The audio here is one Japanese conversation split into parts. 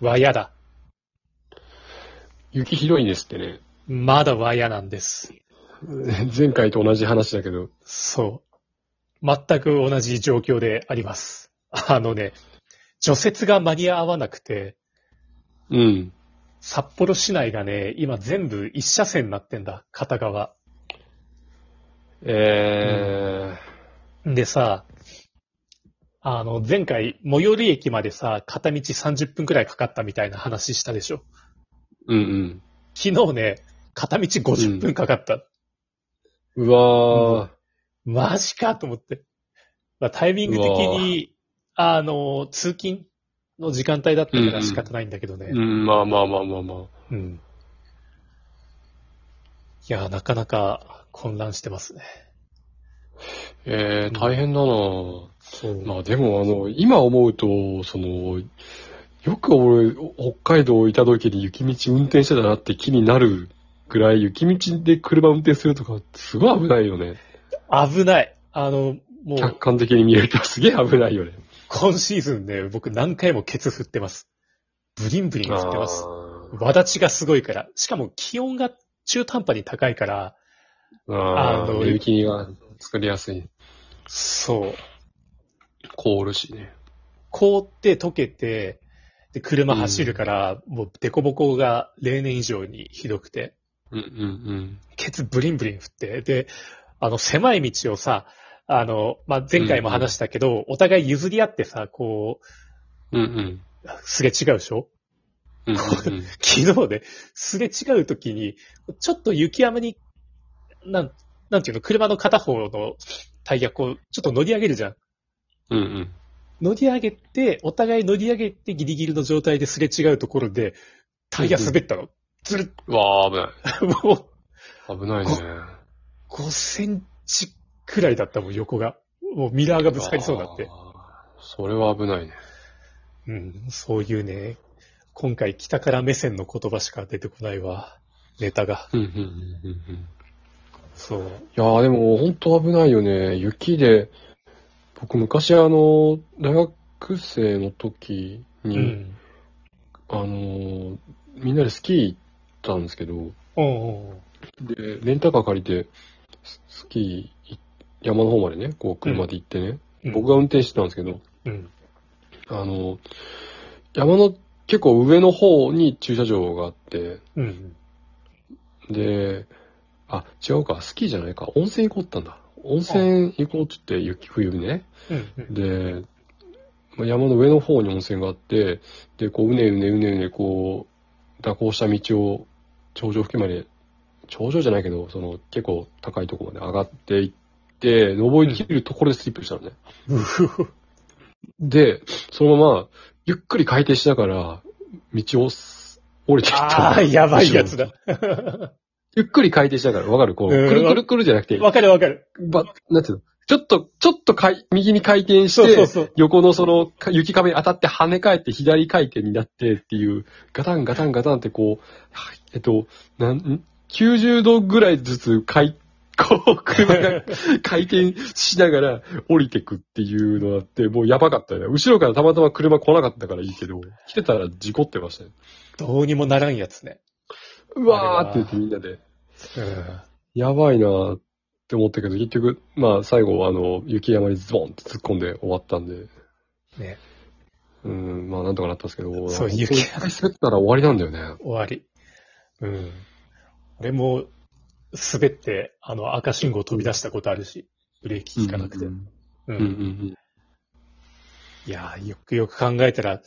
はやだ。雪ひどいんですってね。まだはやなんです。前回と同じ話だけど。そう。全く同じ状況であります。あのね、除雪が間に合わなくて、うん。札幌市内がね、今全部一車線になってんだ、片側。えでさ、あの、前回、最寄り駅までさ、片道30分くらいかかったみたいな話したでしょ。ー、うん昨日ね、片道50分かかった。うん。うわー、マジかと思って。まあ、タイミング的に、あの、通勤の時間帯だったから仕方ないんだけどね。うん、まあまあまあまあまあ。うん。いや、なかなか混乱してますね。えうんー、大変だなぁそうまあでもあの、今思うと、その、よく俺、北海道いた時に雪道運転してたなって気になるぐらい、雪道で車運転するとか、すごい危ないよね。危ない。あの、も客う、観的に見えるとすげえ危ないよね。今シーズンね、僕何回もケツ振ってます。ブリンブリン振ってます。あわだちがすごいから。しかも気温が中途半端に高いから、ーああのー、雪が作りやすい。そう。凍るしね。凍って溶けて、で、車走るから、もうデコボコが例年以上にひどくて、うんうんケツブリンブリン振って、で、あの、狭い道をさ、あの、まあ、前回も話したけど、お互い譲り合ってさ、こうん。うんうん。う、すれ違うでしょうんうんうん昨日ね、すれ違う時に、ちょっと雪山に、なん、なんていうの、車の片方のタイヤこう、ちょっと乗り上げるじゃん。うんうん。乗り上げて、お互い乗り上げてギリギリの状態ですれ違うところで、タイヤ滑ったの。つるうわーっ、もう、危ない。危ないね。 5センチくらいだったもん、横が。もうミラーがぶつかりそうになって。あー。それは危ないね。うん、そういうね、今回北から目線の言葉しか出てこないわ。ネタが。うんうんうんうんうん。そう。いやーでも本当危ないよね。雪で、僕昔あの、大学生の時うに、ん。あのー、みんなでスキー行ったんですけど、うんうん。で、レンタカー借りて、ススキーい、山の方までね、こう車で行ってね、うん僕が運転してたんですけど、うん。あのー、山の結構上の方に駐車場があって、うん。で、あ、違うか、スキーじゃないか、温泉行こうって言ったんだ。温泉行こうって言って、雪冬にね。うん。うんで、まあ山の上の方に温泉があって、で、こう、うねうねうねうね、こう、蛇行した道を頂上付近まで、頂上じゃないけど、その、結構高いところまで上がっていって、登りきるところでスリップしたのね。うふふで、そのまま、ゆっくり回転しながら、道をす降りていったのああ、やばいやつ。後ろだに。ゆっくり回転しながら、わかるこう、うんくるくるくるじゃなくて、わかるわかる。ば、なんていうのちょっと、ちょっとかい、右に回転して、そうそうそう。横のそのか雪壁に当たって跳ね返って左回転になってっていう、ガタンガタンガタンってこう、はいえっと、なん、ん ?90 度ぐらい ずつ回、こう、車が回転しながら降りてくっていうのだって、もうやばかったよね。後ろからたまたま車来なかったからいいけど、来てたら事故ってましたよ。どうにもならんやつね。うわーって言ってみんなで、やばいなーって思ったけど、結局、まあ最後、あの、雪山にズボンって突っ込んで終わったんで、うん。ね、うん、まあなんとかなったんですけど、そう本当に雪一回滑ったら終わりなんだよね。終わり。うん。俺も、滑って、あの、赤信号飛び出したことあるし、ブレーキ効かなくて。うんううんんうんうん。いやーよくよく考えたら、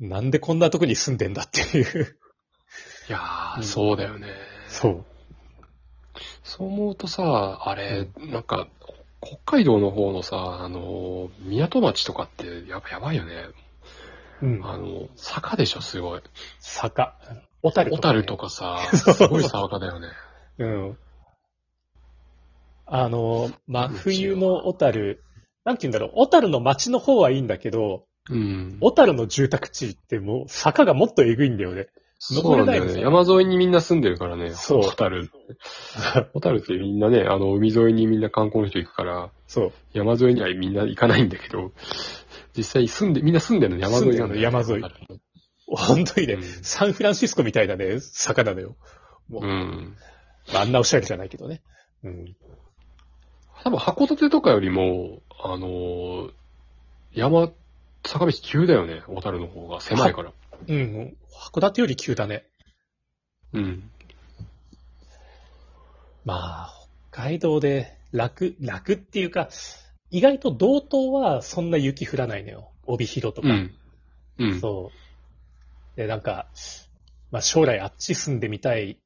なんでこんなとこに住んでんだっていう。いやうー、ん そうだよね。そう。そう思うとさ、あれ、なんか、北海道の方のさ、あの、港町とかってやばやばいよね。うん。あの、坂でしょ、すごい。坂。小樽小とか、ね。樽とかさ、 そうすごい坂だよね。うん。あの、真冬の小樽、なんて言うんだろう、小樽の街の方はいいんだけど、うん。小樽の住宅地ってもう坂がもっとえぐいんだよね。そうなんだ登れよないね。よね山沿いにみんな住んでるからね、そう小 樽。小樽ってみんなね、あの、海沿いにみんな観光の人行くから、そう。山沿いには みんな行かないんだけど、実際住んで、みんな住んでるの山沿いなんだよね住んでるの山沿いだから本当にね、うんサンフランシスコみたいなね、坂なのよ。もう、うん。まあ、あんなおしゃれじゃないけどね。うん。多分函館とかよりも、あのー山、坂道急だよね、小樽の方が。狭いから。うん。函館より急だね。うん。まあ、北海道で楽、楽っていうか、意外と道東はそんな雪降らないのよ。帯広とか。うん。うん。そう。で、なんか、まあ将来あっち住んでみたい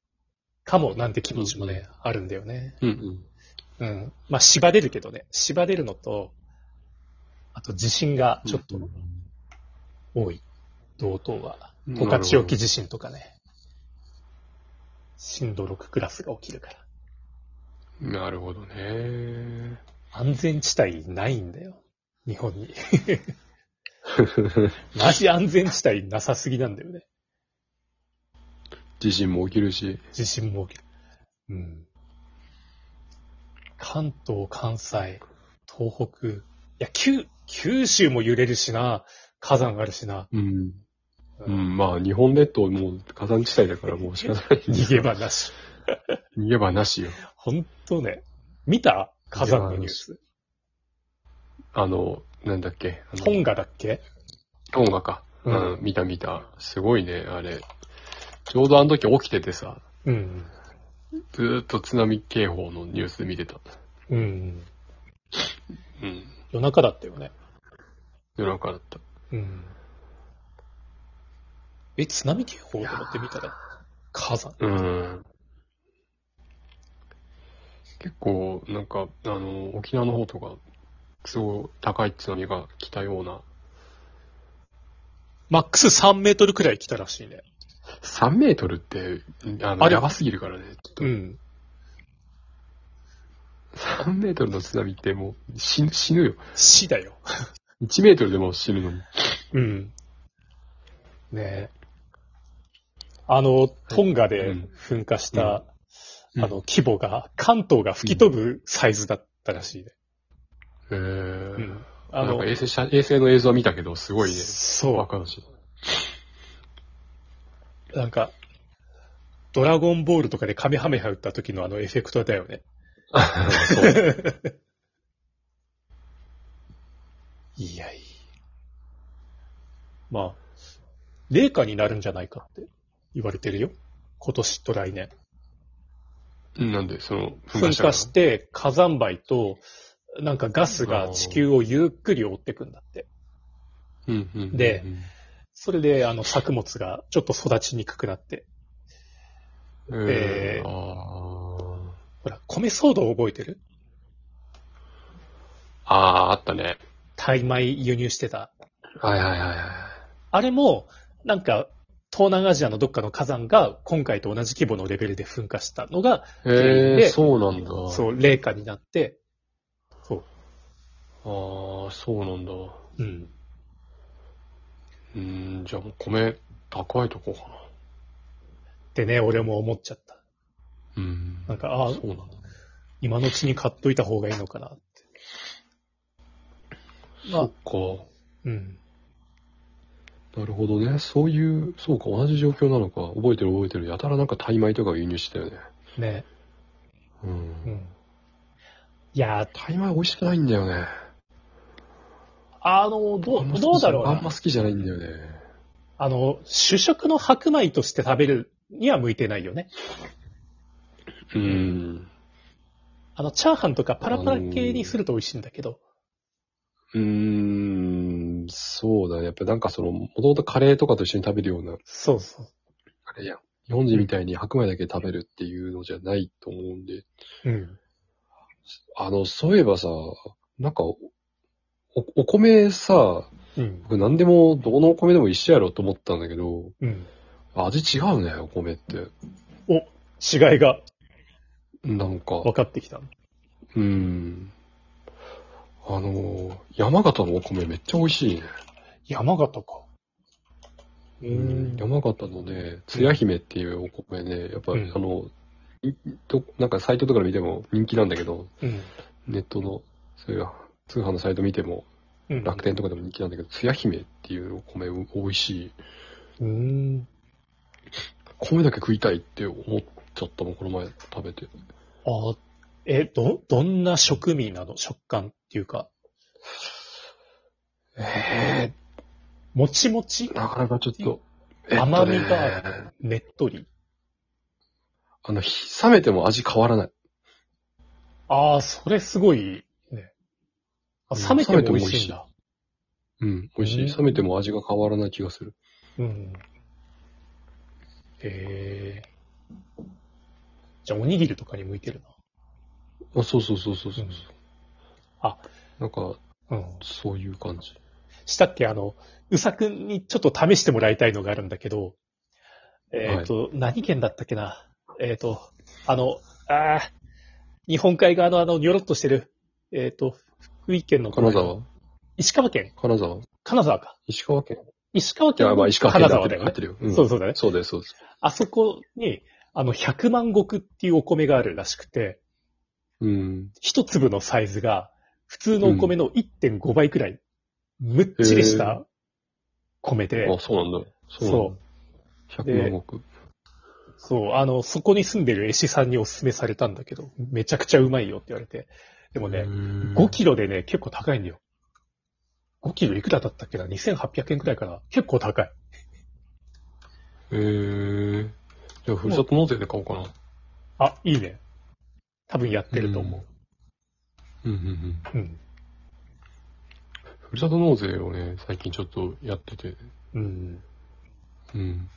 かもなんて気持ちもね、あるんだよね。うんうん。うん。まあ縛れるけどね。縛れるのと、あと地震がちょっと多い。同等は。うん十勝沖地震とかね。震度6クラスが起きるから。なるほどね。安全地帯ないんだよ。日本に。 マジ安全地帯なさすぎなんだよね。地震も起きるし。地震も起きる。うん。関東、関西、東北。いや、九、九州も揺れるしな。火山あるしな。うん。ううんん、まあ、日本列島もう火山地帯だからもう仕方 ない。逃げ場なし。逃げ場なしよ。ほんとね。見た火山のニュース。あの、なんだっけ。あのトンガだっけトンガか。ううんん、見た見た。すごいね、あれ。ちょうどあの時起きててさ、うん。ずーっと津波警報のニュース見てた。うん。うん。夜中だったよね。夜中だった。うん。え、津波警報と思って見たら、火山。うん。結構、なんか、あの、沖縄の方とか、すごい高い津波が来たような。マックス3メートルくらい来たらしいね。 3メートルって、あの、あれやばすぎるからね。ちょっとうん。 3メートルの津波ってもう死ぬ、死ぬよ。死だよ。 1メートルでも死ぬのに。うん。ねえ。あの、トンガで噴火した、うんあの、規模が、関東が吹き飛ぶサイズだったらしいね。へえうん。ああの、なんのか、衛星写、衛星の映像は見たけど、すごいね。わそかるし。う。なんか、ドラゴンボールとかでカメハメハ打った時のあのエフェクトだよね。そう。 いやいや。まあ、霊下になるんじゃないかって言われてるよ。今年と来年。なんで、その、噴火して火山灰と、なんかガスが地球をゆっくり覆ってくんだって。うんうんうんうんで、それで、あの、作物がちょっと育ちにくくなって。えでー、あほら、米騒動覚えてるあ、あーあったね。タイ米輸入してた。はいはいはいはい。あれも、なんか、東南アジアのどっかの火山が今回と同じ規模のレベルで噴火したのが、ええでー、そうなんだ。そう、冷夏になって、そああ、そうなんだ。う。うん。うーん、じゃあもう米、高いとこかな。ってね、俺も思っちゃった。うん。なんか、ああそ、うなんだ。今のうちに買っといた方がいいのかなって。まそあ、っか。うん。なるほどね。そういう、そうか、同じ状況なのか。覚えてる覚えてる。やたらなんかタイ米とか輸入してたよね。ね。う。うんん。いやー、タイ米美味しくないんだよね。あの、どあう、んま好 きどうだろうあんまな。好きじゃないんだよね。あの、主食の白米として食べるには向いてないよね。うん。あの、チャーハンとかパラパラ系にすると美味しいんだけど。うーん、そうだね。やっぱなんかその、もともとカレーとかと一緒に食べるような、そうそう。あれやん。日本人みたいに白米だけ食べるっていうのじゃないと思うんで。うん。あの、そういえばさ、なんかお、おお米さ、うん。僕何でも、どこのお米でも一緒やろと思ったんだけど、うん。味違うね、お米って。違いがなんか、分かってきた。うん。あのー、山形のお米めっちゃ美味しいね。山形か。う山形のね、つや姫っていうお米ね、やっぱ、うんあの、いどなんかサイトとかで見ても人気なんだけど、うん。ネットの、そういう通販のサイト見ても、うん。楽天とかでも人気なんだけど、つや姫っていうお米お美味しい。うーん。米だけ食いたいって思っちゃったもん、この前食べて。あ、え、ど、どんな食味なの食感っていうか。えもちもちえなかなかちょっと。甘みがえっとねねっとり。あの、ひ冷めても味変わらない。ああ、それすごい、ね。あ冷めても美味しいんだ。うん、美味しうんい。冷めても味が変わらない気がする。うん。ええじゃあ、おにぎりとかに向いてるあそうそうそうそうそうそう。うんあなんか、な。うん。そういう感じ。したっけあの、うさくんにちょっと試してもらいたいのがあるんだけど、えっ、と、何県だったっけなえっ、と、あの、ああ、日本海側のあの、にょろっとしてる、えっ、と、福井県の金沢石川県金沢金沢か。石川県石川い県や、まあ、石川県金だっ沢てだるよよ。合ね。ってるよ。うんそうそうだね。そうです、そうです。あそこに、あの、100万石っていうお米があるらしくて、うん。一粒のサイズが、普通のお米の1.5倍くらい、むっちりした米で、あ、そうなんだ。そう。うなんだ。100万石。そう、あの、そこに住んでる絵師さんにお勧めされたんだけど、めちゃくちゃうまいよって言われて。でもね、5 5キロでね、結構高いんだよ。5キロいくらだったっけな ?2800 円くらいかな結構高い。えー。じゃあ、ふるさと納税で買おうかな。あ、いいね。多分やってると思うんうんうん。う。うん。ふるさと納税をね、最近ちょっとやってて、うん。うん。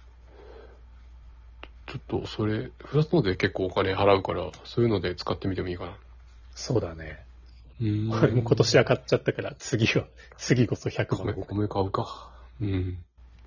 ちょっと、それ、ふるさと納税結構お金払うから、そういうので使ってみてもいいかな。そうだね。う んこれも今年は買っちゃったから、次は、次こそ100米万。米買うか。うん。